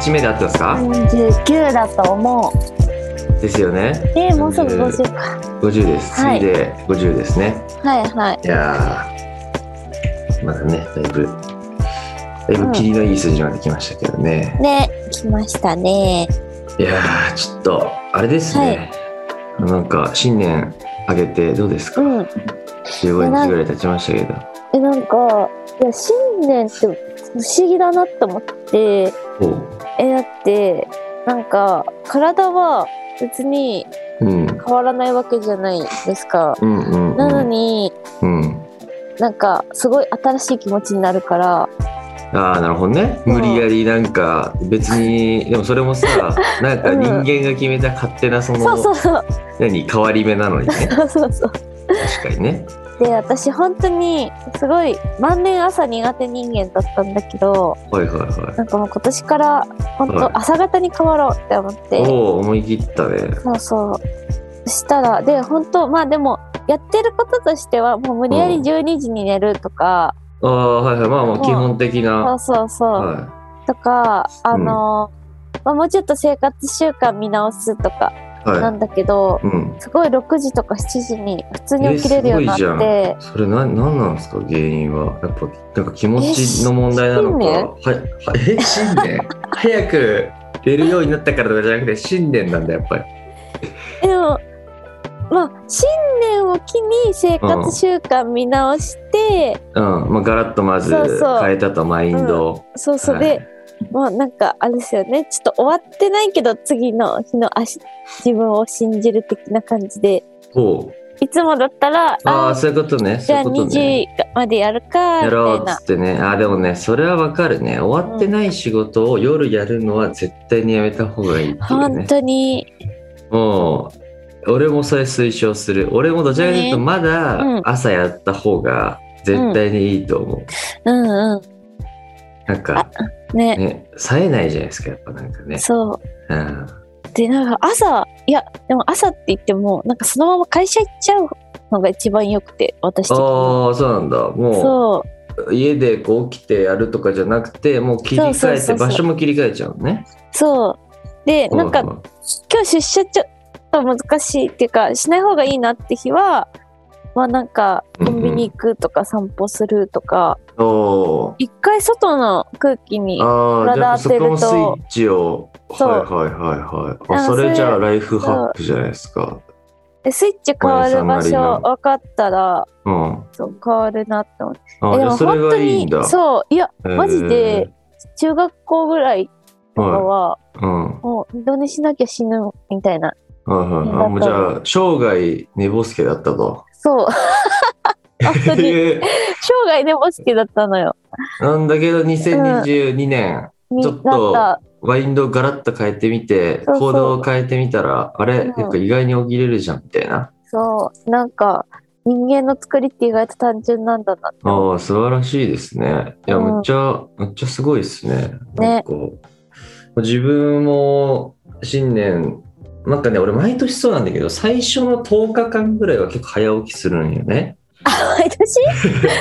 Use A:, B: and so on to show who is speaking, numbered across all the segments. A: 節目で合ってますか
B: 49だと思う。
A: ですよね
B: えー、もうすぐ50か。
A: 50です
B: はい
A: 次で50ですね、
B: はいはい。
A: い、やーまだねだいぶだいぶ霧のいい数字まで来ましたけどね、
B: ね、来ましたね。
A: いやーちょっとあれですね、なんか新年あげてどうですか、
B: うん。
A: 15日ぐらい経ちましたけど
B: え、なんか、いや、新年って不思議だなって思って、
A: おう
B: え、だって、なんか、体は別に
A: うん
B: 変わらないわけじゃないですか。
A: うんうんうん
B: なのに、
A: うん
B: なんか、すごい新しい気持ちになるから、
A: ああなるほどね
B: うん
A: 無理やりなんか別にでもそれも さなんか
B: うん
A: 人間が決めた勝手なその
B: そうそうそう、
A: 何変わり目なのにね
B: そうそうそう。
A: 確かにね
B: で、私、本当に、すごい、万年朝苦手人間だったんだけど、
A: はいはいは
B: なんかもう今年から本
A: はい
B: 当朝方に変わろうって思っ
A: い
B: て、
A: おお思い切ったね
B: そうそうそしたらで本当まあでもやってることとしてはもう無理やり
A: うん
B: 12時に寝るとか、
A: ああはいはいまあまあ
B: そう
A: 基本的な
B: そうそうそう、
A: は
B: とかあのーまあ、もうちょっと生活習慣見直すとか
A: い
B: な
A: は
B: んだけど、
A: いうん
B: すごい6時とか7時に普通に
A: え
B: 起きれるようになって、
A: すごいじゃんそれ何何なんですか原因はやっぱなんか気持ちの問題なのか
B: え
A: はいはえ新 年早く出るようになったからとかじゃなくて新年なんだやっぱり
B: でもまあ新年を機に生活習慣見直して、
A: うんまあガラッとまず
B: そうそう
A: 変えたとマインドを
B: そうそう
A: は
B: で
A: い、
B: まあなんかあれですよねちょっと終わってないけど次の日の足自分を信じる的な感じで
A: ほう
B: いつもだったら
A: ああ
B: あ
A: そういうことね
B: じ
A: そうい
B: ゃ
A: う
B: あ
A: こと
B: 2
A: ね
B: 時までやるか
A: や
B: み
A: ろう
B: たい
A: っ
B: な
A: つってねあーでもねそれはわかるね終わってない仕事を夜やるのは絶対にやめた方がいいっていう
B: 本
A: ね
B: 当に
A: もう俺もそれ推奨する俺もどちらかというと
B: ね
A: ま
B: う
A: だ
B: ん
A: 朝やった方が絶対にいいと思う、
B: うんう
A: なんか
B: んね
A: ね冴えないじゃないですかやっぱなんかね
B: そ
A: うん
B: うでなんか朝いやでも朝って言ってもなんかそのまま会社行っちゃうのが一番よくて私
A: ああ
B: 的に
A: ーそうなんだも
B: そう
A: 家でこう起きてやるとかじゃなくてもう切り
B: そう
A: 替
B: そう
A: え
B: そ
A: て
B: うそう
A: 場所も切り替えちゃうのね
B: うそうでなんか
A: うう
B: 今日出社ちょっと難しいっていうかしない方がいいなって日はまあなんかコンビニ行くとか散歩するとか
A: おおー
B: 一回外の空気に
A: ああ、じゃあ
B: 体当てると
A: そこのスイッチを。
B: そう
A: はいはいはいはい。
B: あ
A: あ、
B: の
A: そ
B: それ
A: れじゃあライフハックじゃないですか。
B: でスイッチ変わる場
A: おやじさんなり
B: 所
A: の
B: 分かったら
A: うん。あ、
B: そう変わるなって思って
A: じゃあそれがいいんだ。
B: そういや
A: へー
B: マジで。中学校ぐらいとか
A: は
B: は、
A: い。うん。はい
B: もう二度寝しなきゃ死ぬみたいな
A: はいはい。あもうじゃあ、生涯寝ぼすけだったと。
B: そう本当に生涯寝ぼすけだったのよ
A: なんだけど、2022年、
B: に
A: ちょっ
B: な
A: と
B: った
A: ワインドをガラッと変えてみて、
B: そうそう
A: 行動を変えてみたら、あれ、
B: うん
A: なんか意外に起きれるじゃんみたいな。
B: そうなんか人間の作りって意外と単純なんだ なって思
A: ああ、素晴らしいですね。いや、
B: うん
A: むっちゃ、むっちゃすごいですね。なん
B: ね
A: か、自分も新年、なんかね、俺毎年そうなんだけど、最初の10日間ぐらいは結構早起きするんよね。
B: 毎年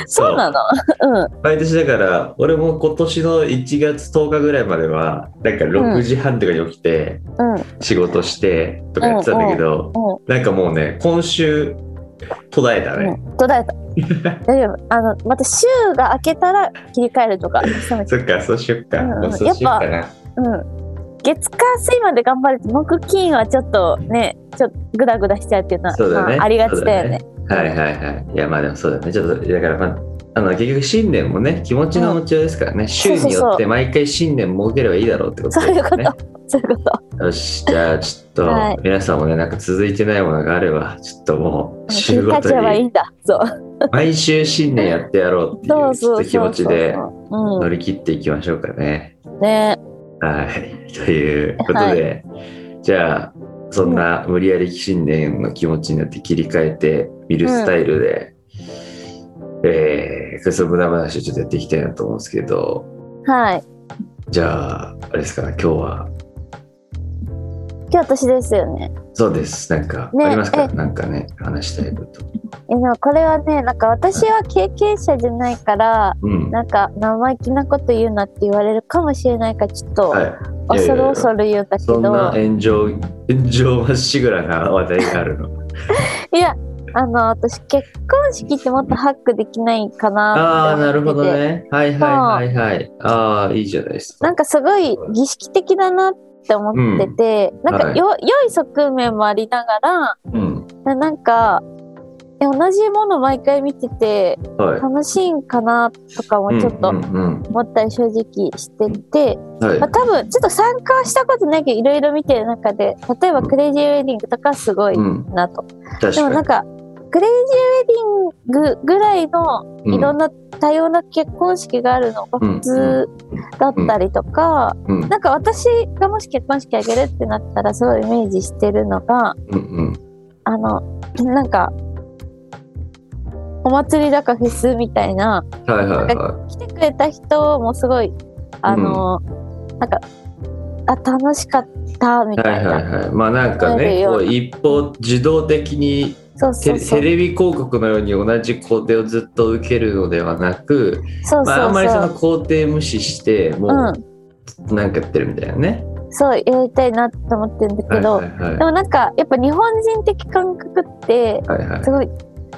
B: そうなのうん
A: 毎年だから、俺も今年の1月10日ぐらいまでは、なんか6時半とかに起きて、
B: うん
A: 仕事してとかやってたんだけど、
B: うんうん
A: なんかもうね、今週、途絶えたね。
B: うん、途絶え た大丈夫あのまた週が明けたら切り替えるとかそう
A: そっか、そうしよっか。
B: うんうん
A: もうそうしよっかな。
B: うん、月火水まで頑張れて木金はちょっとねちょっとグダグダしちゃうっていうのは
A: そうだね
B: まあ、ありがちだよね
A: はいはいはい。いや、まあでもそうだね。ちょっと、だから、まあ、あの、結局新年もね、気持ちの持ちようですからね、週によって毎回新年設ければいいだろうってこと
B: そう,、
A: です
B: いう
A: よ
B: こと
A: ね。
B: そういうこと
A: よし、じゃあちょっと、
B: はい
A: 皆さんもね、なんか続いてないものがあれば、ちょっともう、
B: 切り
A: 週
B: 替
A: ご
B: えちゃえ
A: と
B: ばいい
A: に、
B: んだそう
A: 毎週新年やってやろうって
B: そうそう
A: い
B: そう
A: うちょっと気持ちで乗
B: う
A: り切っていきましょうかね。
B: んね
A: はい。ということで、じゃあ、そんな無理やり新年の気持ちになって切り替えて見るスタイルで、えー、クソ無駄話をちょっとやっていきたいなと思うんですけど、
B: はい
A: じゃあ、あれですか、今日は、
B: 今日私ですよね。
A: そうです。なんか、
B: ね
A: ありますか
B: え
A: なんかね、話したいこと。
B: え、でもこれはね、なんか私は経験者じゃないから、
A: うん。
B: なんか生意気なこと言うなって言われるかもしれないから、ちょっと
A: はい。いやいや
B: 恐
A: いや
B: る恐る言うんだけ
A: そん
B: ど、い
A: な
B: や
A: 炎上、炎上まっしぐらな話題がある の。
B: あの、私結婚式ってもっとハックできないか
A: ああ
B: な
A: ー、
B: って
A: なる
B: 思
A: ほ
B: って
A: ど
B: て。
A: ね。はいはいはいはい。ああ、いいじゃないです
B: な
A: か
B: ん。かすごい儀式的だなって思ってて、
A: うん
B: なんかよ、良い側面もありながら
A: うん。
B: ななんかえ同じもの毎回見てて
A: はい。
B: 楽しいんかなとかもちょっ
A: う
B: と
A: んうん
B: 思ったり正直してて、
A: うん。はい
B: まあ、。多分ちょっと参加したことないけどいろいろ見てる中で例えばクレイジーウェディングとかすごい
A: うん。
B: なと、
A: 確
B: でもな
A: か
B: んかクレイジーウェディングぐらいの
A: に。
B: いろんな多様な結婚式があるのが普通だったりとか、
A: うん。うん
B: なんか私がもし結婚式あげるってなったらすごいイメージしてるのが
A: うん。
B: あのなんかお祭りだかフェスみたいな
A: うん。はいはいは
B: 来てくれた人もすごいあの、なんかあ楽しかったみ
A: い。は
B: たい
A: い
B: な、
A: はいはい。まあなんか
B: なる
A: ね、
B: よ
A: こ
B: う
A: う
B: な
A: 一方自動的に
B: そうそ
A: テ
B: う
A: レ
B: そ
A: テ
B: う
A: レビ広告のように同じ工程をずっと受けるのではなく、
B: そう
A: まあ、あん
B: そう
A: まりそ
B: そ
A: の
B: う
A: 工程無視しても
B: う
A: うなんかやってるみたいなね。
B: んそうやりたいなと思ってるんだ
A: は
B: け
A: い
B: ど、
A: はいはい
B: でもなんかやっぱ日本人的感覚って
A: はいはい
B: すごい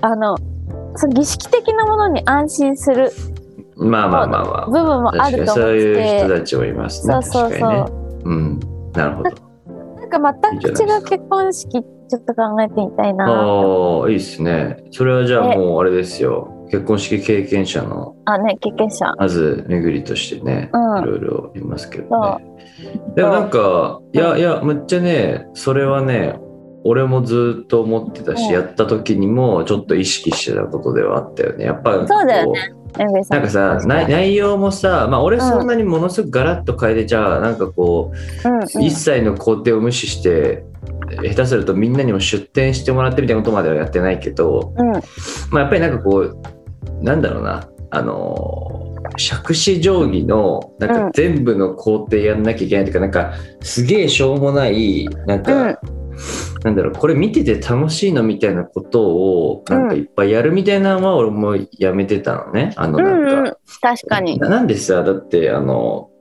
B: あのその儀式的なものに安心する
A: まあまあまあま
B: 部分も
A: あ。確
B: あ
A: か
B: る
A: に
B: と思
A: そう
B: っ
A: い
B: て
A: う
B: て
A: 人たちもいますね。
B: そうそうそう
A: 確かにね。うん。なるほど。
B: なんか全く違う結婚式ちょっと考えてみたいな。
A: ああ、いいですね。それはじゃあもうあれですよ。結婚式経験者の
B: あね経験者。
A: まず巡りとしてね、
B: うん
A: いろいろいますけどね。でもなんか、いやいや、むっちゃね、それはね、俺もずっと思ってたし、
B: うん
A: やった時にもちょっと意識してたことではあったよね。やっぱこ
B: そうだよねエンベさ。
A: なんんかさ内内容もさ、まあ、俺そんなにものすごくガラッと変えて、じゃあなんかこう、
B: うんうん
A: 一切の工程を無視して下手するとみんなにも出店してもらってみたいなことまではやってないけど、
B: うん
A: まあ、やっぱりなんかこうなんだろうなあのー杓子定規のなん
B: う
A: か
B: ん
A: 全部の工程やんなきゃいけないとか、なんかすげえしょうもないなんか、
B: うん
A: なんだろうこれ見てて楽しいのみたいなことをなんかいっぱいやるみたいなのは俺もやめてたのね。あの
B: う
A: なんか、
B: んうん確かに。
A: ななんでさだってあの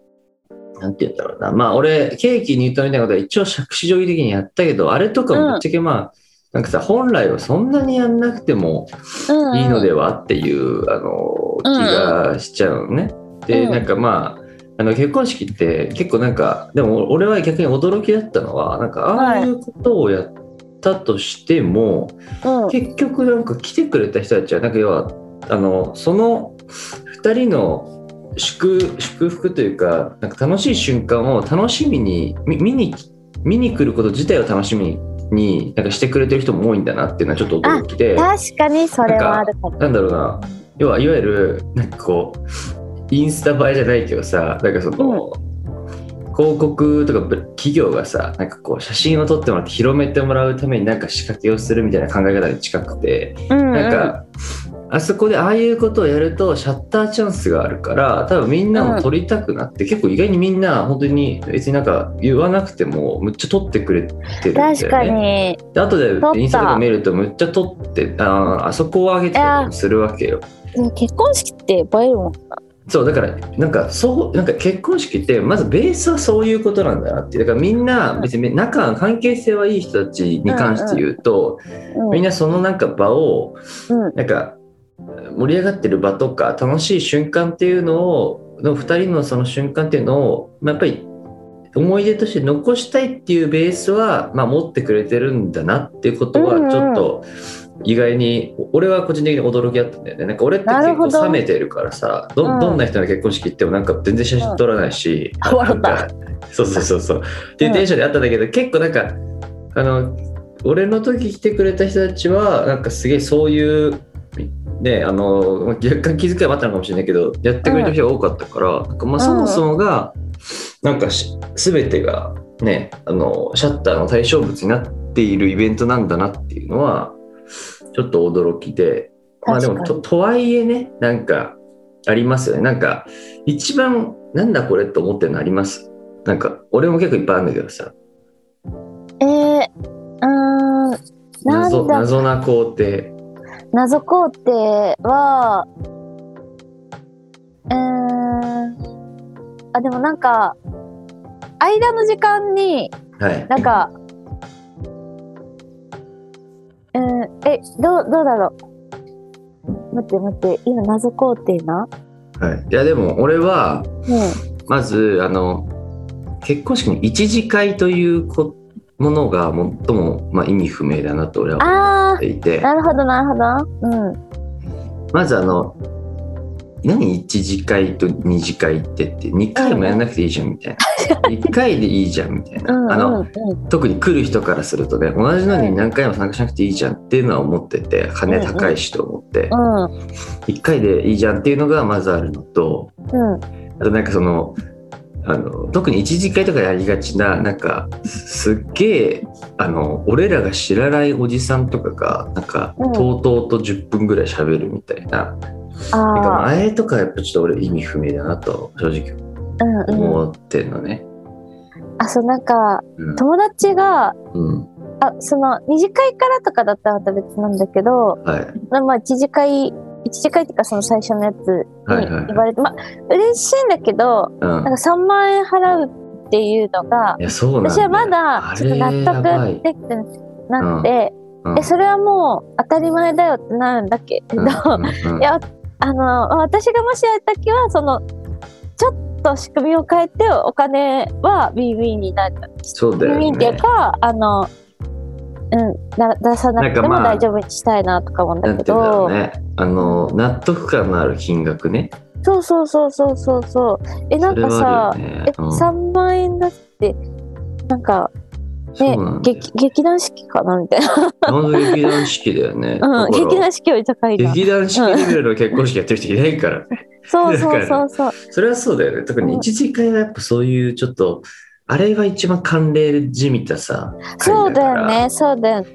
A: なんて言うんだろうなまあ俺ケーキ入刀みたいなことは一応杓子定規的にやったけどあれとかもぶっちゃけまあ、なんかさ本来はそんなにやんなくても
B: うんうん
A: いいのではっていう、あの気がしちゃうのね。で、
B: うん
A: なんかまああの結婚式って結構なんかでも俺は逆に驚きだったのはなんかああいうことをやったとしても、
B: うん
A: 結局なんか来てくれた人たちはなんか要はあのその2人の祝祝福というかなんか楽しい瞬間を楽しみにみ見に見に来ること自体を楽しみになんかしてくれてる人も多いんだなっていうのはちょっと驚きで
B: 確かにそれはあるかも。
A: なんだろうな要はいわゆるなんかこうインスタ映えじゃないけどさなんかその、広告とかぶ企業がさなんかこう写真を撮ってもらって広めてもらうためになんか仕掛けをするみたいな考え方に近くて、
B: うんう
A: なん
B: ん
A: かあそこでああいうことをやるとシャッターチャンスがあるから多分みんなも撮りたくなって、結構意外にみんな本当に別になんか言わなくてもむっちゃ撮ってくれてるんだよね。
B: 確かに。
A: で後
B: 撮った
A: でインスタとか見るとむっちゃ撮ってあーあそこを上げてたりもするわけよ。
B: でも結婚式って映えるもん。
A: そうだからなんかそうなんか結婚式ってまずベースはそういうことなんだなってだからみんな別に仲関係性はいい人たちに関して言うと、
B: うん
A: みんなそのなんか場を
B: うん
A: なんか盛り上がってる場とか楽しい瞬間っていうのをの2人のその瞬間っていうのを、まあ、やっぱり思い出として残したいっていうベースは、まあ、持ってくれてるんだなっていうこと
B: うんう
A: は
B: ん
A: ちょっと意外に俺は個人的に驚きだったんだよねなんか俺って
B: な
A: 結
B: るほど
A: 構冷めてるからさど
B: うん
A: どんな人の結婚式行ってもなんか全然写真撮らないし、
B: うん
A: あなんかそうそうそうそうっていうテンションであったんだけど結構なんかあの俺の時来てくれた人たちはなんかすげえそういうねあの若干気遣いもあったのかもしれないけどやってくれた人が多かったから、なんかまあそもそもが、なんかし全てがねあのシャッターの対象物になっているイベントなんだなっていうのはちょっと驚きでまあで
B: 確か
A: も
B: に。
A: ととはいえねなんかありますよねなんか一番なんだこれって思ってるのありますなんか俺も結構いっぱいあるんだけどさ
B: なんだ
A: 謎謎な工程
B: 謎工程はうーんあでもなんか間の時間に
A: はい
B: なんかうんえどうどうだろう待って待って今謎工程な
A: はいいやでも俺は
B: う
A: まずあの結婚式の一次会というこものが最も、まあ、意味不明だなと俺
B: ん
A: は
B: あ
A: 思っていて
B: ーなるほどなるほどうん
A: まずあの何一次会と二次会ってって2回もやんなくていいじゃんみたいな1 回でいいじゃんみたいな
B: うんうん
A: あの
B: うん
A: 特に来る人からするとね同じのに何回も参加しなくていいじゃんっていうのは思ってて金高いしと思って
B: うん
A: 1回でいいじゃんっていうのがまずあるのと
B: うん
A: あとなんかそのあの特に一次会とかやりがちななんかすっげえあの俺らが知らないおじさんとかがなんか
B: うん
A: とうとうと10分ぐらい喋るみたいななんか
B: ああ
A: あれとかやっぱちょっと俺意味不明だなと正直
B: うんうん
A: 思ってんのね。
B: あそうなんか
A: うん
B: 友達が
A: うん
B: あその二次会からとかだったらまた別なんだけど、
A: はい
B: まあまあ一次会一次会っていうかその最初のやつ
A: はいはいはい
B: に言われて、まあ嬉しいんだけど
A: うん
B: なんか3万円払うっていうのが
A: いやそうなんだよ
B: 私はまだ
A: あ
B: ちょっと
A: れ
B: 納
A: やばい
B: 得できてなくて、
A: うん
B: えそれはもう当たり前だよってなるんだけど、
A: うんうんうん
B: いや あの私がもしやるときはそのちょっと仕組みを変えてお金は b b になる
A: そうだ
B: ビ
A: よ
B: ン
A: ね
B: ビンっていうかあのうんな出さなくて
A: なんか
B: も
A: まあ
B: 大丈夫にしたいなとか思うん
A: な
B: だ
A: ん
B: け
A: ていうんだろ
B: ど
A: うねあの納得感のある金額ね
B: そうそうそうそうそうそうえなんかさ
A: それはあるよね
B: え
A: うん
B: 3万円だってなんか
A: そう
B: ね
A: なんだよ
B: 劇劇団四季かなみたいな、
A: ほんと劇団四季だよね
B: うん、
A: だから
B: 劇団四季より高いな
A: 劇団四季レベルの結婚式やってる人いないからね
B: そうそうそうそう
A: それはそうだよね特に一次会はやっぱそういうちょっとあれは一番慣例じみたさ
B: そうだよ
A: や
B: ねそうだよね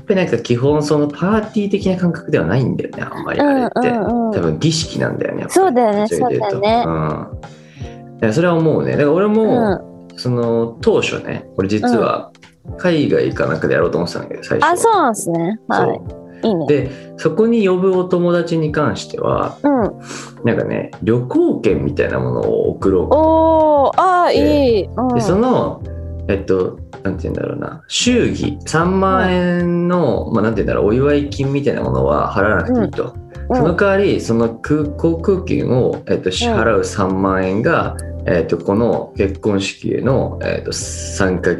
A: っぱりなんか基本そのパーティー的な感覚ではないんだよねあんまり
B: う
A: あれ
B: ん
A: っ
B: う
A: て、
B: んう
A: 多
B: ん
A: 分儀式なんだよねやっぱり
B: そうだよね
A: どっちかというと
B: そうだよね
A: うんいやそれは思うねだから俺も、
B: うん
A: その当初ね俺実は海外かなんかでやろうと思ってたんだけど最初
B: あそうなんですねは
A: そう
B: いいいね
A: でそこに呼ぶお友達に関しては
B: うん
A: なんかね旅行券みたいなものを送ろうか
B: おーあー
A: で
B: いい、うん、
A: でそのえっとなんて言うんだろうな祝儀3万円の、まあ、なんて言うんだろうお祝い金みたいなものは払わなくていいと、その代わりその空航空券を、えっと、支払う3万円が、えっと、この結婚式への、えっと、参加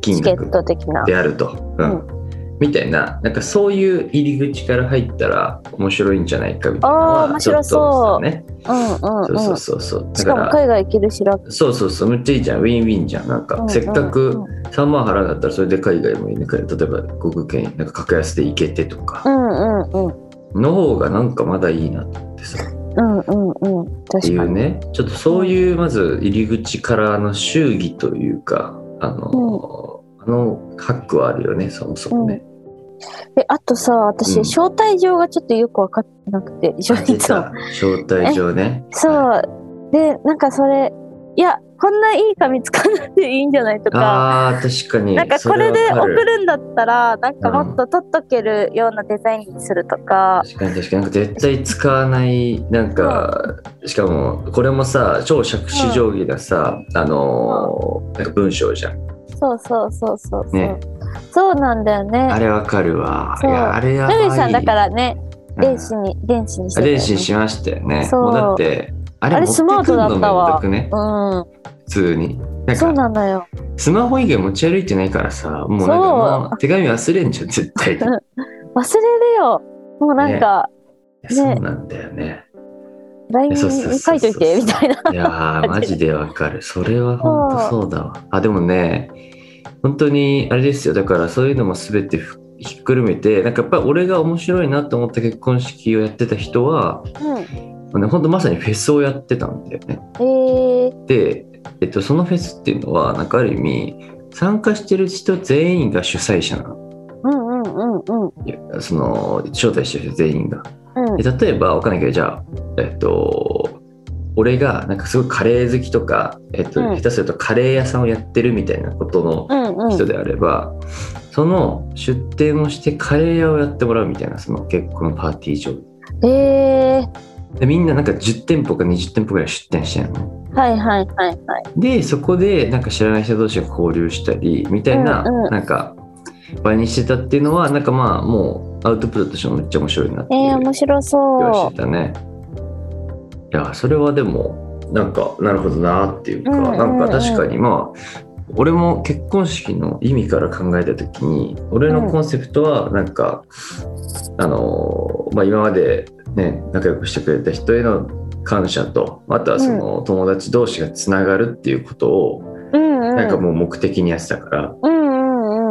A: 金
B: チケ
A: 額
B: ット的な
A: であると、うんみたいななんかそういう入り口から入ったら面白いんじゃないかみたいなの
B: あー
A: は
B: 面
A: ちょ
B: 白
A: っと
B: そ
A: 思っ
B: う
A: てたね
B: うんう
A: そ
B: ん
A: う
B: う
A: そ
B: ん
A: うそうそうだ
B: し
A: か
B: かも
A: ら
B: 海外行けるしら
A: そうそうそうめっちゃいいじゃんウィンウィンじゃんなんか、
B: うんうん
A: せっかく3万払うんだったらそれで海外もいいんだから例えば航空券なんか格安で行けてと
B: う
A: か
B: んうんうん
A: の方がなんかまだいいなと思ってさ
B: うんうんうん
A: ってい
B: 確か
A: う
B: に
A: ねちょっとそういうまず入り口からの祝儀というかあの、あのハックはあるよねそもそもね。
B: えあとさ私、
A: うん
B: 招待状がちょっとよく分かってなくて
A: あ出
B: そ
A: た
B: う
A: 招待状ね。
B: そうでなんかそれいやこんないい紙使わなくていいんじゃないとか
A: あー確かに
B: なんかこれ
A: そ
B: で
A: はわ
B: 送
A: かる
B: るんだったらなんかもっと取っとけるようなデザインにするとか、
A: 確かに確かになんか絶対使わないなんかしかもこれもさ超杓子定規なさ、あのーなんか文章じゃん
B: そうそうそうそうそう、
A: ね
B: そうなんだよね
A: あれわかるわい
B: そう
A: やあれやばい
B: ルイさんだからね
A: うん
B: 電子に電子にして
A: あ
B: たよね
A: 電子にしましたよね
B: そう
A: もうだってあれ
B: あれスマートだったわ
A: 持ってくんのめんどくね
B: う
A: 普通になん
B: んそう
A: か
B: なのよ
A: スマホ以外持ち歩いてないからさもうなんか
B: そう
A: まあ手紙忘れんじゃん絶対
B: ね忘れるよもうなんか
A: そうなんだよね
B: LINE に
A: そうそうそうそう
B: 書いといてみたいない
A: やーマジでわかるそれは本当そうだわあでもね本当にあれですよだからそういうのも全てふひっくるめてなんかやっぱり俺が面白いなと思った結婚式をやってた人は
B: うん
A: あの本当まさにフェスをやってたんだよね
B: えー
A: で、えっと、そのフェスっていうのはなんかある意味参加してる人全員が主催者なの
B: うんうんうんうん
A: いやその招待してる人全員が
B: うん
A: で例えば分かんないけどじゃあえっと俺がなんかすごいカレー好きとか、えっと
B: うん
A: 下手するとカレー屋さんをやってるみたいなことの
B: うんうん
A: 人であれば、その出店をしてカレー屋をやってもらうみたいなその結婚のパーティー上
B: え
A: でみんななんか10店舗か20店舗ぐらい出店してるの
B: ー、はいはいはいはい。
A: でそこでなんか知らない人同士が交流したりみたいな、
B: うんうん
A: なんか場にしてたっていうのはなんかまあもうアウトプットとしてもめっちゃ面白いなって
B: え
A: いう
B: ー、面白
A: 気は
B: そ
A: してたねいやそれはでもなんかなるほどなっていうか、
B: うんうんうん
A: なんか確かにまあ俺も結婚式の意味から考えた時に俺のコンセプトはなんか、あのまあ今までね仲良くしてくれた人への感謝とあとはその友達同士がつながるっていうことを
B: う。うんうん。
A: なんかもう目的にやってたから、
B: うんう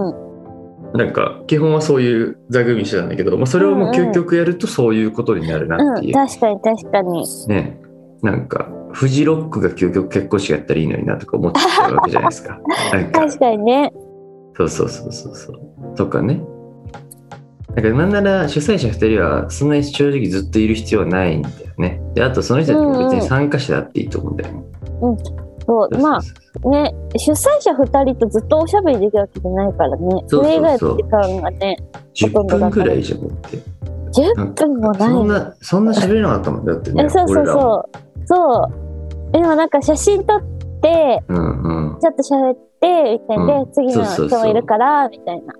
B: んうん。
A: なんか基本はそういう座組みしてたんだけど、まあ、それをもう究極やるとそういうことになるなって
B: う
A: い
B: ん、
A: う
B: 確かに確かに。
A: ねなんかフジロックが究極結婚式やったらいいのになとか思っちゃうわけじゃないですか。 なんか
B: 確かにね。
A: そうそうそうそうそうとかね。なんかなんなら主催者2人はそんなに正直ずっといる必要はないんだよね。であとその人たちも別に参加者だっていいと思うんだよね。
B: そう。まあ
A: そうそう
B: ね、主催者2人とずっとおしゃべりできるわけじゃないからね。
A: そうそうそう
B: れ以外の時間がね、
A: そう10分ぐらいじゃんって。
B: 10分もない
A: そんなそんな喋れなかったもんだってね。
B: えそうそ
A: 俺
B: う
A: らも
B: そうそうでもなんか写真撮って
A: うんうん。
B: ちょっと喋ってみたいな、
A: うん
B: で次の
A: そうそう
B: 人
A: そう
B: もいるからみたいな、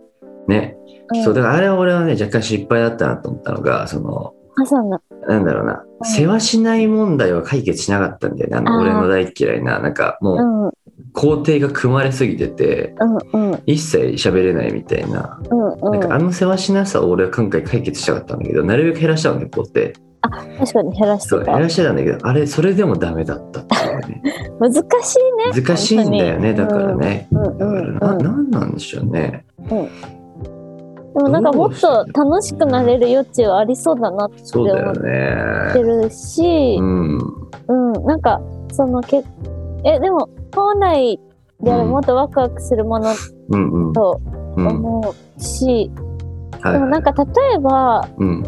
A: ね。
B: うん、
A: そうだからあれは俺はね若干失敗だったなと思ったのがその
B: あそうな
A: なんだろうな、
B: うん
A: 世話しない問題は解決しなかったんだよね、あの
B: あー
A: 俺の大嫌いな、なんかも
B: の
A: う工程が組まれすぎてて、
B: うんうんうん
A: 一切喋れないみたいな、
B: うん
A: な
B: う
A: ん
B: ん
A: かあの世話しなさを俺は今回解決したかったんだけど、なるべく減らしたんだよ、工程。
B: 確かに減らし
A: そ
B: て
A: う、
B: た
A: 減らしてたんだけど、あれ、それでもダメだったっていう ね。
B: 難しいね
A: 難しいんだよね、だ
B: 本当
A: か
B: に
A: らね。
B: うん
A: だ
B: う
A: から
B: ん
A: な、
B: うんで
A: なんなんでしょうね。
B: もなんかもっと楽しくなれる余地はありそうだなって
A: そうだよ
B: 思
A: ね。
B: ってるし
A: う、ん。
B: うんなんかそのけえでも本来であればもっとワクワクするもの
A: うんうん。
B: と
A: うん。は
B: 思うし、
A: い
B: でもなんか例えば
A: うん。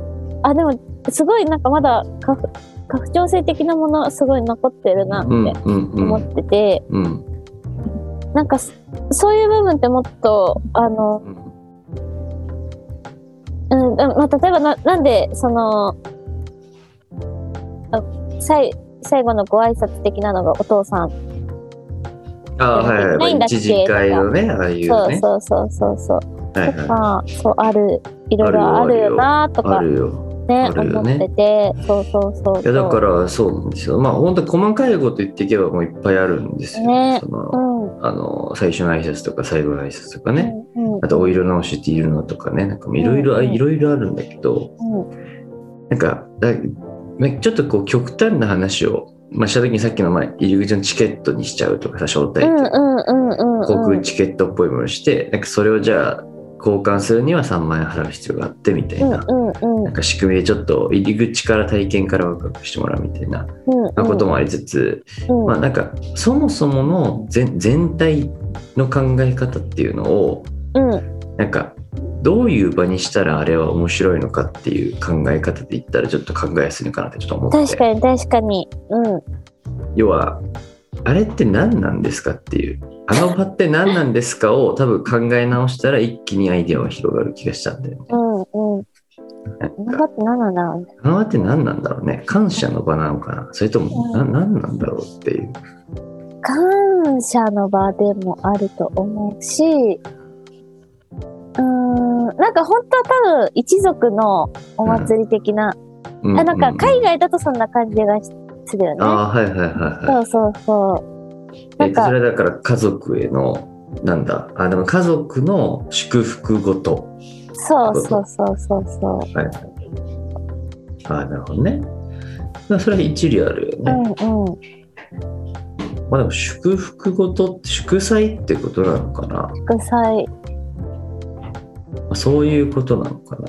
B: あでもすごいなんかまだ家父家父長制的なものすごい残ってるなっ
A: うん。
B: て
A: うん。う
B: 思
A: ん
B: ってて、
A: うん。
B: なんかそそういう部分ってもっとあの、うんでもまあ、例えばななんでそのあ最最後のご挨拶的なのがお父さん、
A: ああ、はいはい。まあ
B: ないんだっけ
A: 一次会のね、ああいうね。
B: そうそうそうそうそう
A: はい
B: と
A: は
B: かそうあるいろいろあるよなと
A: い、あ
B: か
A: るよ。
B: ね
A: あるよ
B: 思っ
A: ね
B: ててそうそうそうそう
A: いやだからそうなんですよ。まあ本当細かいこと言っていけばもういっぱいあるんですよ。
B: ね
A: そうの
B: ん、
A: あの最初の挨拶とか最後の挨拶とかね。
B: うんうん
A: あとお色直しっていうのとかね。なんかもういろいろ
B: うんうん
A: いろいろあるんだけど、
B: うん
A: なんかだねちょっとこう極端な話を、まあ、した時にさっきの前入り口のチケットにしちゃうとかさ招待券、
B: うんうんうんうん
A: 航空チケットっぽいものにしてなんかそれをじゃあ交換するには3万円払う必要があってみたいな。
B: うんうんうん
A: なんか仕組みでちょっと入り口から体験からワクワクしてもらうみたいな
B: うんうん
A: こともありつつ、
B: うん
A: まあ、なんかそもそもの全全体の考え方っていうのを
B: うん
A: なんかどういう場にしたらあれは面白いのかっていう考え方で言ったらちょっと考えやすいのかなってちょっと思っ
B: 確
A: て
B: かに確かにうん
A: 要はあれって何なんですかっていうあの場って何なんですかを多分考え直したら一気にアイデアは広がる気がしたんだよね。
B: うんうん
A: なんか
B: 頑張って何なんだろうね
A: あの場って何なんだろうね感謝の場なのかなそれともな何なんだろうっていう
B: 感謝の場でもあると思うしうーんなんか本当は多分一族のお祭り的な、
A: うう
B: あなんか海外だとそんな感じがしするよね、
A: ああーはいはいはいはい
B: そうそうそうな
A: え
B: んか
A: それはだから家族へのなんだあでも家族の祝福ごと
B: そうそうそうそうそう
A: はいああなるほどねまあそれは一理あるよ
B: う
A: ね、
B: んうん
A: まあでも祝福ごとって祝祭ってことなのかな、ま
B: 副菜
A: あそういうことなのかな、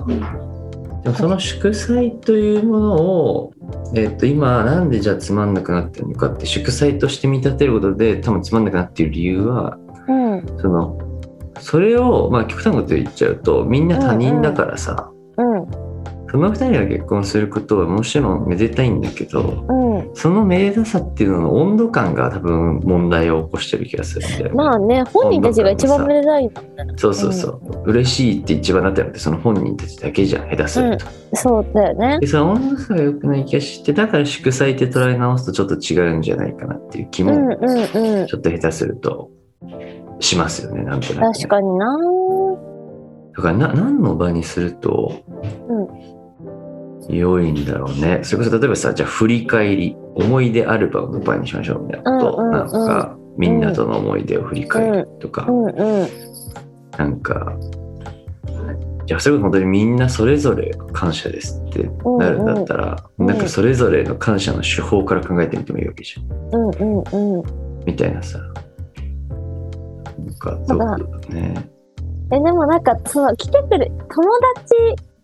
A: でもその祝祭というものを、えっと今なんでじゃあつまんなくなってるのかって祝祭として見立てることで多分つまんなくなっている理由は
B: うん
A: そのそれをまあ極端なこと言っちゃうとみんな他人だからさ、
B: うん
A: この二人が結婚することはもちろんめでたいんだけど
B: うん。
A: そのめでたさっていうのの温度感が多分問題を起こしてる気がするんだよね、
B: まあね、本人たちが一番めでたい。
A: そうそうそう、嬉しいって一番なったのってその本人たちだけじゃん下手すると、
B: そうだよね。
A: でその温度差が良くない気がしてだから祝祭って捉え直すとちょっと違うんじゃないかなっていう気
B: うん
A: も
B: うんうん。
A: ちょっと下手するとしますよねなんとなくね、
B: 確かにな。
A: だからな何の場にすると良いんだろうね、それこそ例えばさじゃあ振り返り思い出アルバムの場にしましょうみたいなこと、
B: うんうん
A: な
B: うん
A: んかみんなとの思い出を振り返るとか、
B: うんうん。
A: なんかじゃあそれこそ本当にみんなそれぞれ感謝ですってなるんだったら、
B: うんうん
A: なんかそれぞれの感謝の手法から考えてみてもいいわけじゃん
B: うんうんうん。
A: みたいなさなんかどうだろうね。
B: え、でもなんか、その、来てくる友達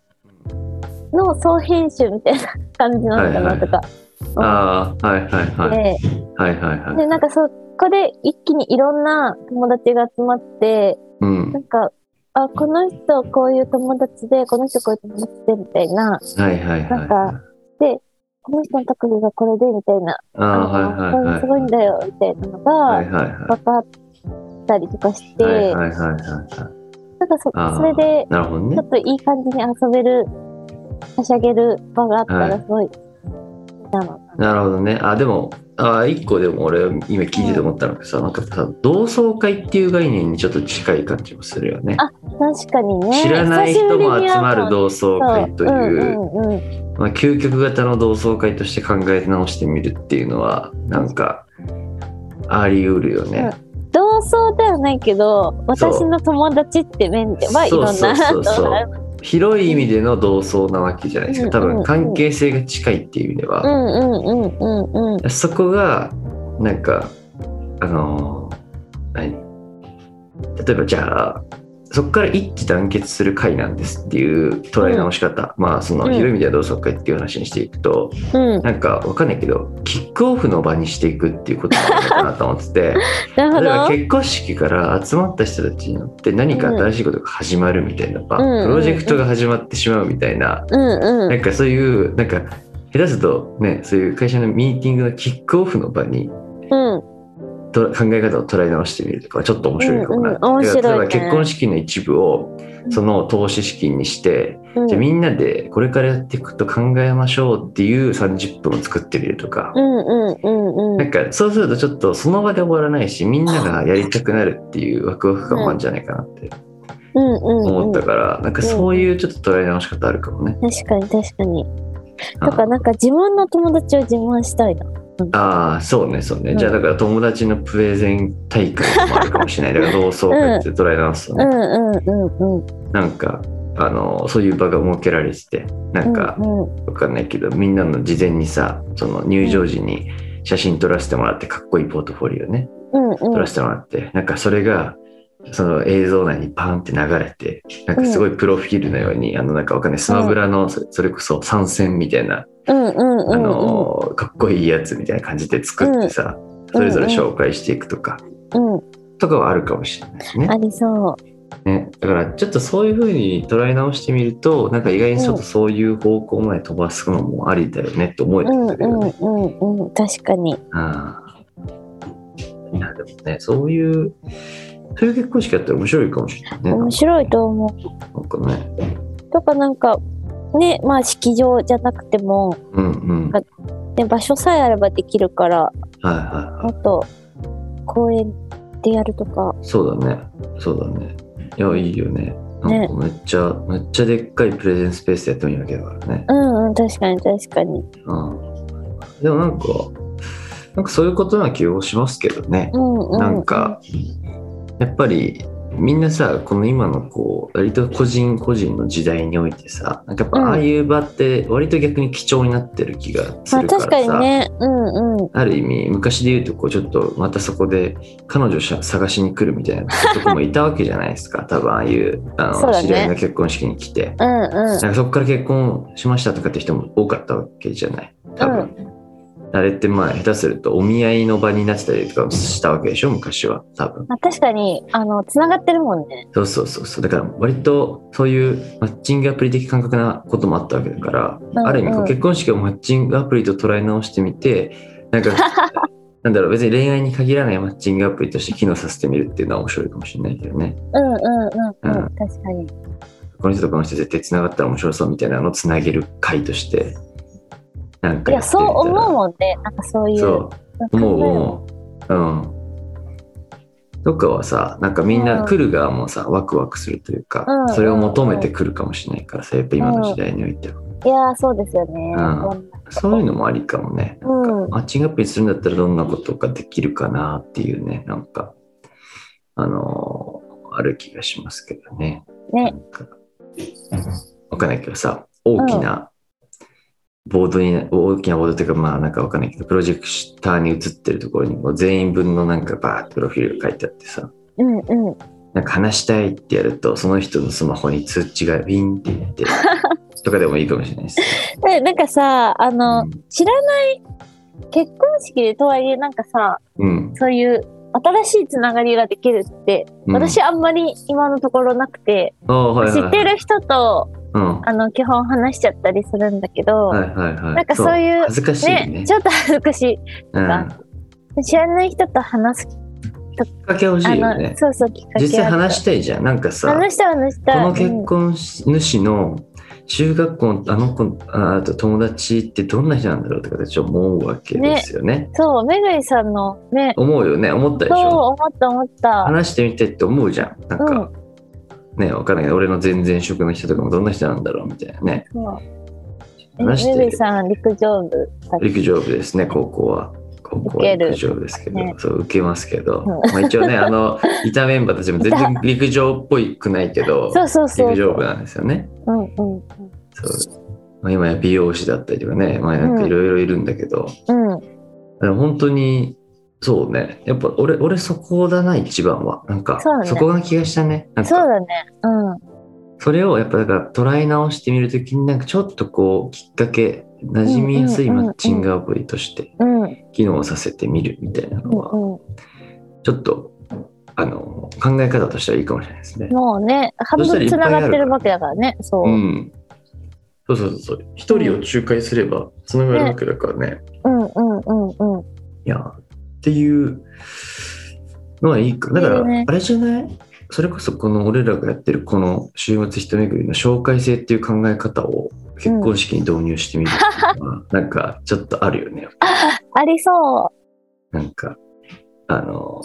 B: の総編集みたいな感じなのかなとか。
A: ああはいはいはい、
B: で
A: はいはいはい。
B: で、なんかそこで一気にいろんな友達が集まって、
A: うん
B: なんか、あ、この人こういう友達で、この人こういう友達で、みたいな、
A: はいはいはい。
B: なんかこの人の特技がこれで、みたいな、
A: あ
B: あ
A: あ
B: の
A: はいはい
B: こ
A: は
B: れ
A: い。
B: すごいんだよ、みたいなの
A: はい
B: が
A: はいは
B: 分かったりとかして、
A: い。はいはいはいは
B: なんかそ
A: あー
B: それで、
A: い。なるほど
B: ち
A: ね
B: ょ。っといい感じに遊べる、はしゃげる場があった
A: は
B: ら、
A: い
B: すごい、なのか
A: なるほどね。あでもあ一個でも俺今聞いてて思ったのがさなんかさ同窓会っていう概念にちょっと近い感じもするよね。
B: あな。確かにね。
A: 知らない人も集まる
B: 動
A: 同窓会という、まあ、究極型の同窓会として考え直してみるっていうのはなんかあり得るよね。
B: 同窓ではないけど
A: そう
B: 私の友達って面ではいろんな
A: そうそうそうそう
B: 人が
A: 広い意味での同窓なわけじゃないですか多分関係性が近いっていう意味では、
B: うんうんうんうんうん
A: そこがなんかあの何例えばじゃあそこから一致団結する会なんですっていう捉え直し方、まあその
B: うん
A: 広い意味では同窓会っていう話にしていくと、
B: うん
A: なんかわかんないけどキックオフの場にしていくっていうことなのかなと思ってて
B: なる
A: 例
B: ほ
A: えば
B: ど
A: 結婚式から集まった人たちによって何か新しいことが始まるみたいな場、
B: うん
A: プロジェクトが始まってしまうみたいな
B: うんう
A: なん
B: ん
A: かそういうなんか下手するとねそういう会社のミーティングのキックオフの場に
B: うん
A: と考え方を捉え直してみるとかはちょっと面白いかもな、
B: うんうん面白いね
A: だから例えば結婚資金の一部をその投資資金にして、
B: うん
A: じゃあみんなでこれからやっていくと考えましょうっていう30分を作ってみるとか、
B: うんうんうんう
A: なん
B: ん
A: かそうするとちょっとその場で終わらないしみんながやりたくなるっていうワクワク感もあるんじゃないかなって
B: うんうんう
A: 思
B: ん
A: ったから、なんかそういうちょっと捉え直し方あるかもね。
B: 確かに確かに
A: あ
B: とかなんか自分の友達を自慢したいな
A: ああそうねそうね、
B: うん
A: じゃあだから友達のプレゼン大会もあるかもしれないだから同窓会って捉え直すと
B: う
A: ね、
B: んうんうんうん
A: なんかあのそういう場が設けられててなんか
B: うんうん
A: わかんないけどみんなの事前にさその入場時に写真撮らせてもらってかっこいいポートフォリオね
B: うん
A: 撮
B: う
A: ら
B: ん
A: せてもらってなんかそれがその映像内にパーンって流れてなんかすごいプロフィールのようにあのなんかわかんないスマブラのそそれこそ参戦みたいな
B: うんうん
A: あ
B: うん
A: のーかっこいいやつみたいな感じで作ってさ、それぞれ紹介していくとか、
B: うんうん
A: とかはあるかもしれないですね
B: あ。りそう
A: ねだからちょっとそういうふうに捉え直してみるとなんか意外にちょっとそういう方向まで飛ばすのもありだよねと思えて
B: う
A: き
B: ん
A: たけどね。
B: うんうんうん確かに
A: あーいやでもねそういうそういう結婚式だったら面白いかもしれないね。
B: 面白いと思う
A: なんかね。
B: とかなんかねまあ式場じゃなくても
A: うんうん。はい
B: ね場所さえあればできるから
A: はいは
B: もっと公園でやるとか
A: い。そうだね。そうだね。いやいいよね。なんかめっちゃ、めっちゃでっかいプレゼンスペースでやってもいいわけだからね。
B: うんうん確かに確か
A: う
B: に
A: ん、でもなんかなんかそういうことな気がしますけどね、
B: うんうん
A: なんかやっぱりみんなさこの今のこう割と個人個人の時代においてさなんかやっぱ
B: うん
A: ああいう場って割と逆に貴重になってる気がす
B: まあ
A: るか
B: 確
A: ら
B: かに
A: さ、
B: ねうんうん
A: ある意味昔で言うとこうちょっとまたそこで彼女しゃ探しに来るみたいなとこもいたわけじゃないですか 多分ああいうあの
B: そうだ
A: 知
B: ね
A: り合いの結婚式に来て
B: うんうん
A: なんかそこから結婚しましたとかって人も多かったわけじゃない多分、あれってまあ下手するとお見合いの場になってたりとかもしたわけでしょ昔は多分
B: まあ、確かに、あの、つながってるもんね。
A: そうそうそうそうだから割とそういうマッチングアプリ的感覚なこともあったわけだから、
B: ん
A: ある意味こ
B: う
A: うん結婚式をマッチングアプリと捉え直してみてなんか なんだろう別に恋愛に限らないマッチングアプリとして機能させてみるっていうのは面白いかもしれないけどね
B: うんうんうんうん。
A: うん
B: 確かに。
A: この人とこの人絶対つながったら面白そうみたいなのをつなげる会としてなんか
B: い
A: や
B: や、
A: ってみた
B: そう
A: ら
B: 思うもんね。なんかそういう。
A: そう
B: う
A: 思うん思ううんどっかはさなんかみんな
B: うん
A: 来る側もさ、ワクワクするというか、
B: うん
A: それを求めてくるかもしれないからさやっぱ今の時代においては、
B: いやー、そうですよね。
A: うんそういうのもありかもねなんか、
B: うん
A: マッチングアプリするんだったらどんなことができるかなっていうねなんかあのーある気がしますけどね
B: ね。
A: わかんないけどさ大きなボードに、大きなボードというかまあなんかわかんないけどプロジェクターに映ってるところにもう全員分のなんかバーってプロフィールが書いてあってさ
B: うんうん。
A: なんか話したいってやるとその人のスマホに通知がビンっていってとかでもいいかもしれないです。
B: で、なんかさ、あの、知らない、結婚式とはいえ、なんかさ、
A: うん、
B: そういう新しいつながりができるって、
A: うん、
B: 私あんまり今のところなくて、
A: あーはいはい
B: 知ってる人と、
A: うん
B: あの、基本話しちゃったりするんだけど、
A: はいはいはい、
B: なんかそういう
A: 恥ずかしいね
B: ね、ちょっと恥ずかし
A: うん、
B: かい。知らない人と話す
A: きっかけ欲しいよね
B: そうそう、きっかけある
A: 実際話したいじゃんなんかさ
B: 話した話し
A: こ
B: た。
A: の結婚し主の中学校のあの子ああと友達ってどんな人なんだろうとか私は思うわけですよね
B: うんそう、めぐりさんのね、
A: 思うよね思ったでし
B: そう、
A: ょ
B: 思った思った。
A: 話してみてって思うじゃんなん
B: う
A: か、
B: ん、
A: ねわかんないけど俺の全然職の人とかもどんな人なんだろうみたいなね
B: そう。
A: 話し
B: めぐ
A: て
B: りさん、陸上部だっけ
A: 陸上部ですね高校は高校は
B: 受ける
A: 陸上部ですけど、
B: ね
A: そう受けますけど、
B: うん
A: まあ、一応ねあ のいたメンバーたちも全然陸上っぽいくないけど
B: そうそうそう。
A: 陸上部なんですよね
B: うんうん
A: そう、まあ、今や美容師だったりとかね、まあ、なんかいろいろいるんだけど、
B: うん。
A: あの本当にそうねやっぱ俺俺そこだな一番はなんか
B: そう
A: そ,、
B: ね
A: こが気がしたねなん
B: そう
A: か
B: だね。うん。
A: それをやっぱだから捉え直してみるときになんかちょっとこうきっかけ馴染みやすい
B: うんうんうんうん
A: マッチングアプリとして
B: うん。うん
A: 機能させてみるみたいなのは
B: うん。
A: ちょっとあの考え方としてはいいかもしれないですね。
B: もうね、半分つながってるわけだからね。そう。
A: う
B: うん
A: んそうそうそうそう一人を仲介すればつながるわけだからね。
B: うんうんうん。
A: いや、っていうのはいいか。だから、
B: いいね
A: あれじゃないそれこそこの俺らがやってるこの週末人巡りの紹介制っていう考え方を結婚式に導入してみるっていうの は、なんかちょっとあるよね。
B: ありそ
A: なんか、あの、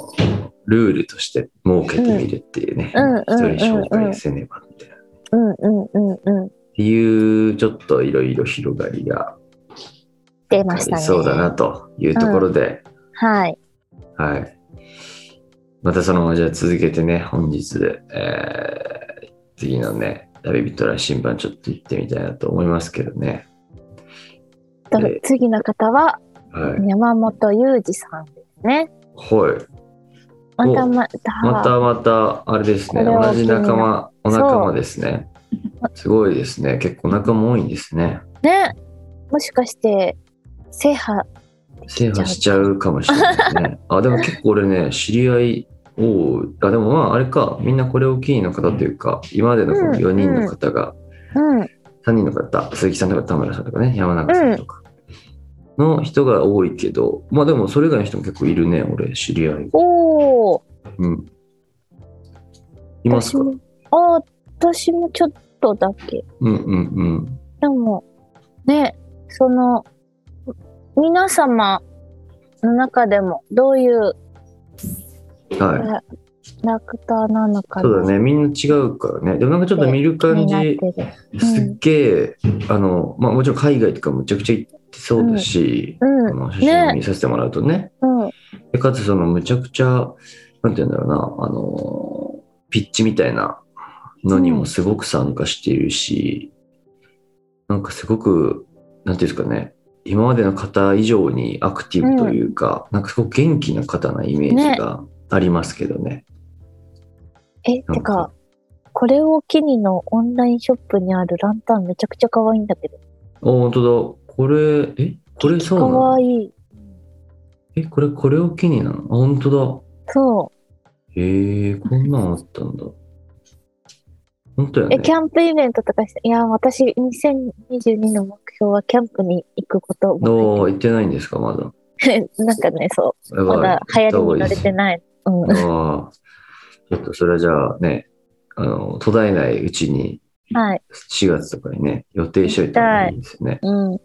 A: ルールとして設けてみるっていうね。
B: うん
A: 一人紹
B: うんうんうんうん
A: 介せねばみたいな。っ
B: う。うんうんうんうん。
A: ていう、ちょっといろいろ広がりが
B: 出ま
A: あ
B: した
A: り
B: ね。
A: そうだなというところで、
B: はい。
A: はい。またその、じゃあ続けてね、本日、えー次のね、旅人ら新版ちょっと行ってみたいなと思いますけどね。
B: と
A: え
B: 次の方は
A: はい。
B: 山本裕二さんですね。
A: はい。
B: また
A: お
B: また。
A: またまた、あれですね、
B: これは
A: 同じ仲間、お
B: 気になる
A: 仲間ですね。すごいですね。結構仲間多いんですね。
B: ね。もしかして、制覇。
A: 制覇しちゃうかもしれない ね。あ、でも結構俺ね、知り合い多い。あ、でもまあ、あれか、みんなこれを機にの方というか、今までのこの4人の方が
B: うん。
A: 3人の方鈴木さんとか田村さんとかね山中さんとかの人が多いけど、まあでもそれ以外の人も結構いるね俺知り合い
B: おお。
A: うんいますか
B: 私もあー私もちょっとだけ。
A: うんうんうん
B: でも、ね、その、皆様の中でも、どういう
A: はい
B: キャラクターなのか
A: そうだ
B: な
A: ねみんな違うからねでもなんかちょっと見る
B: 気
A: 感
B: になっ
A: じ
B: てる。
A: すっげえあのまあもちろん海外とかむちゃくちゃ行ってそうだし、
B: うん、う
A: あ
B: ん、
A: の写真を見させてもらうとねでかつそのむちゃくちゃなんて言うんだろうなあのピッチみたいなのにもすごく参加しているし、なんかすごくなんていうんですかね今までの方以上にアクティブというか、なんかすごく元気な方なイメージがありますけどね。
B: え、
A: なん
B: てか、これを機にのオンラインショップにあるランタンめちゃくちゃ可愛いんだけど。
A: あ本当だこれえこれそうな
B: 可
A: の
B: 愛い。
A: え、これ、これを機になのあ、本当
B: そ
A: だ。へえ、こんなんあったんだ。本当や
B: う。え、
A: ね
B: キ。ャンプイベントとかして、いや、私、2022の目標はキャンプに行くこと。
A: どう行ってないんですか、まだ。
B: なんかね、そ
A: や
B: う。まだ流行りに乗れて
A: い。
B: ない。うん。
A: ああ。ちょっとそれはじゃあね、あの、途絶えないうちに、
B: はい。
A: 4月とかにね、予定しといたらいいですね。
B: うん。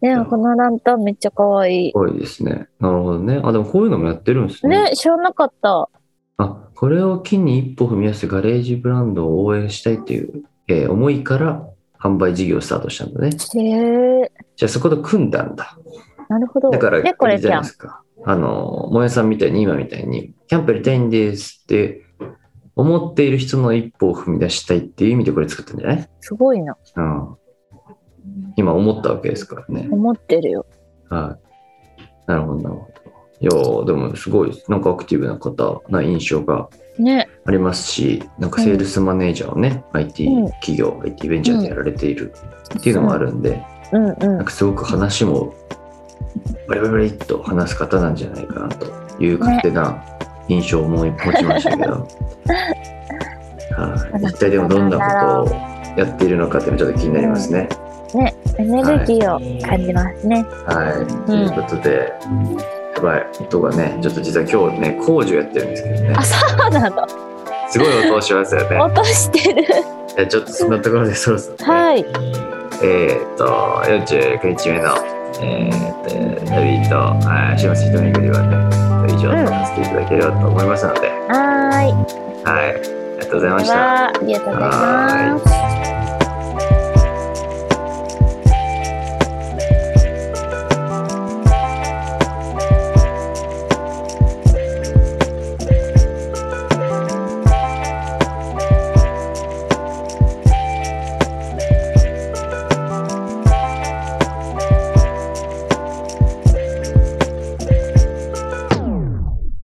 B: でも、このランタンめっちゃ可愛い。
A: 多いですね。なるほどね。あ、でもこういうのもやってるんですね。
B: ね、知らなかった。
A: あ、これを機に一歩踏み出すガレージブランドを応援したいという、えー思いから販売事業をスタートしたんだね。
B: へえ、
A: じゃあそこと組んだんだ。
B: なるほど。
A: だから、
B: で、こ
A: あ
B: れ
A: れじ
B: キ
A: ゃない
B: ャン
A: ですか。あの、もやさんみたいに今みたいに、キャンプやりたいんですって思っている人の一歩を踏み出したいっていう意味でこれ作ったんじゃない
B: すごいな。
A: うん。今思ったわけですからね。
B: 思ってるよ。
A: はい。なるほど、なるほど。いやーでもすごい、なんかアクティブな方な印象が
B: ね。
A: ありますし、なんかセールスマネージャーをね、IT
B: うん
A: 企業、IT ベンチャーでやられているっていうのもあるんで、
B: うんうん
A: なん。かすごく話もバリバリバリっと話す方なんじゃないかなという勝手な印象を思い持ちましたけ ど、はい、一体でもどんなことをやっているのかっていうのちょっと気になりますね。
B: エネルギーを感じますね。
A: はい、ということで、やばい音がねちょっと実は今日ね工事をやってるんですけどね
B: あ、そうなの。
A: すごい音をしますよね。
B: 落としてる。
A: いやちょっとそんなところでそろそろ、ね
B: はい。
A: えー、っと49日目のえー、っと旅とはい幸せ人巡りはね以上とさせていただければと思いますので、
B: はーい。
A: はいありがとうございま
B: で
A: した。
B: は、ありがとうございます。
A: はーい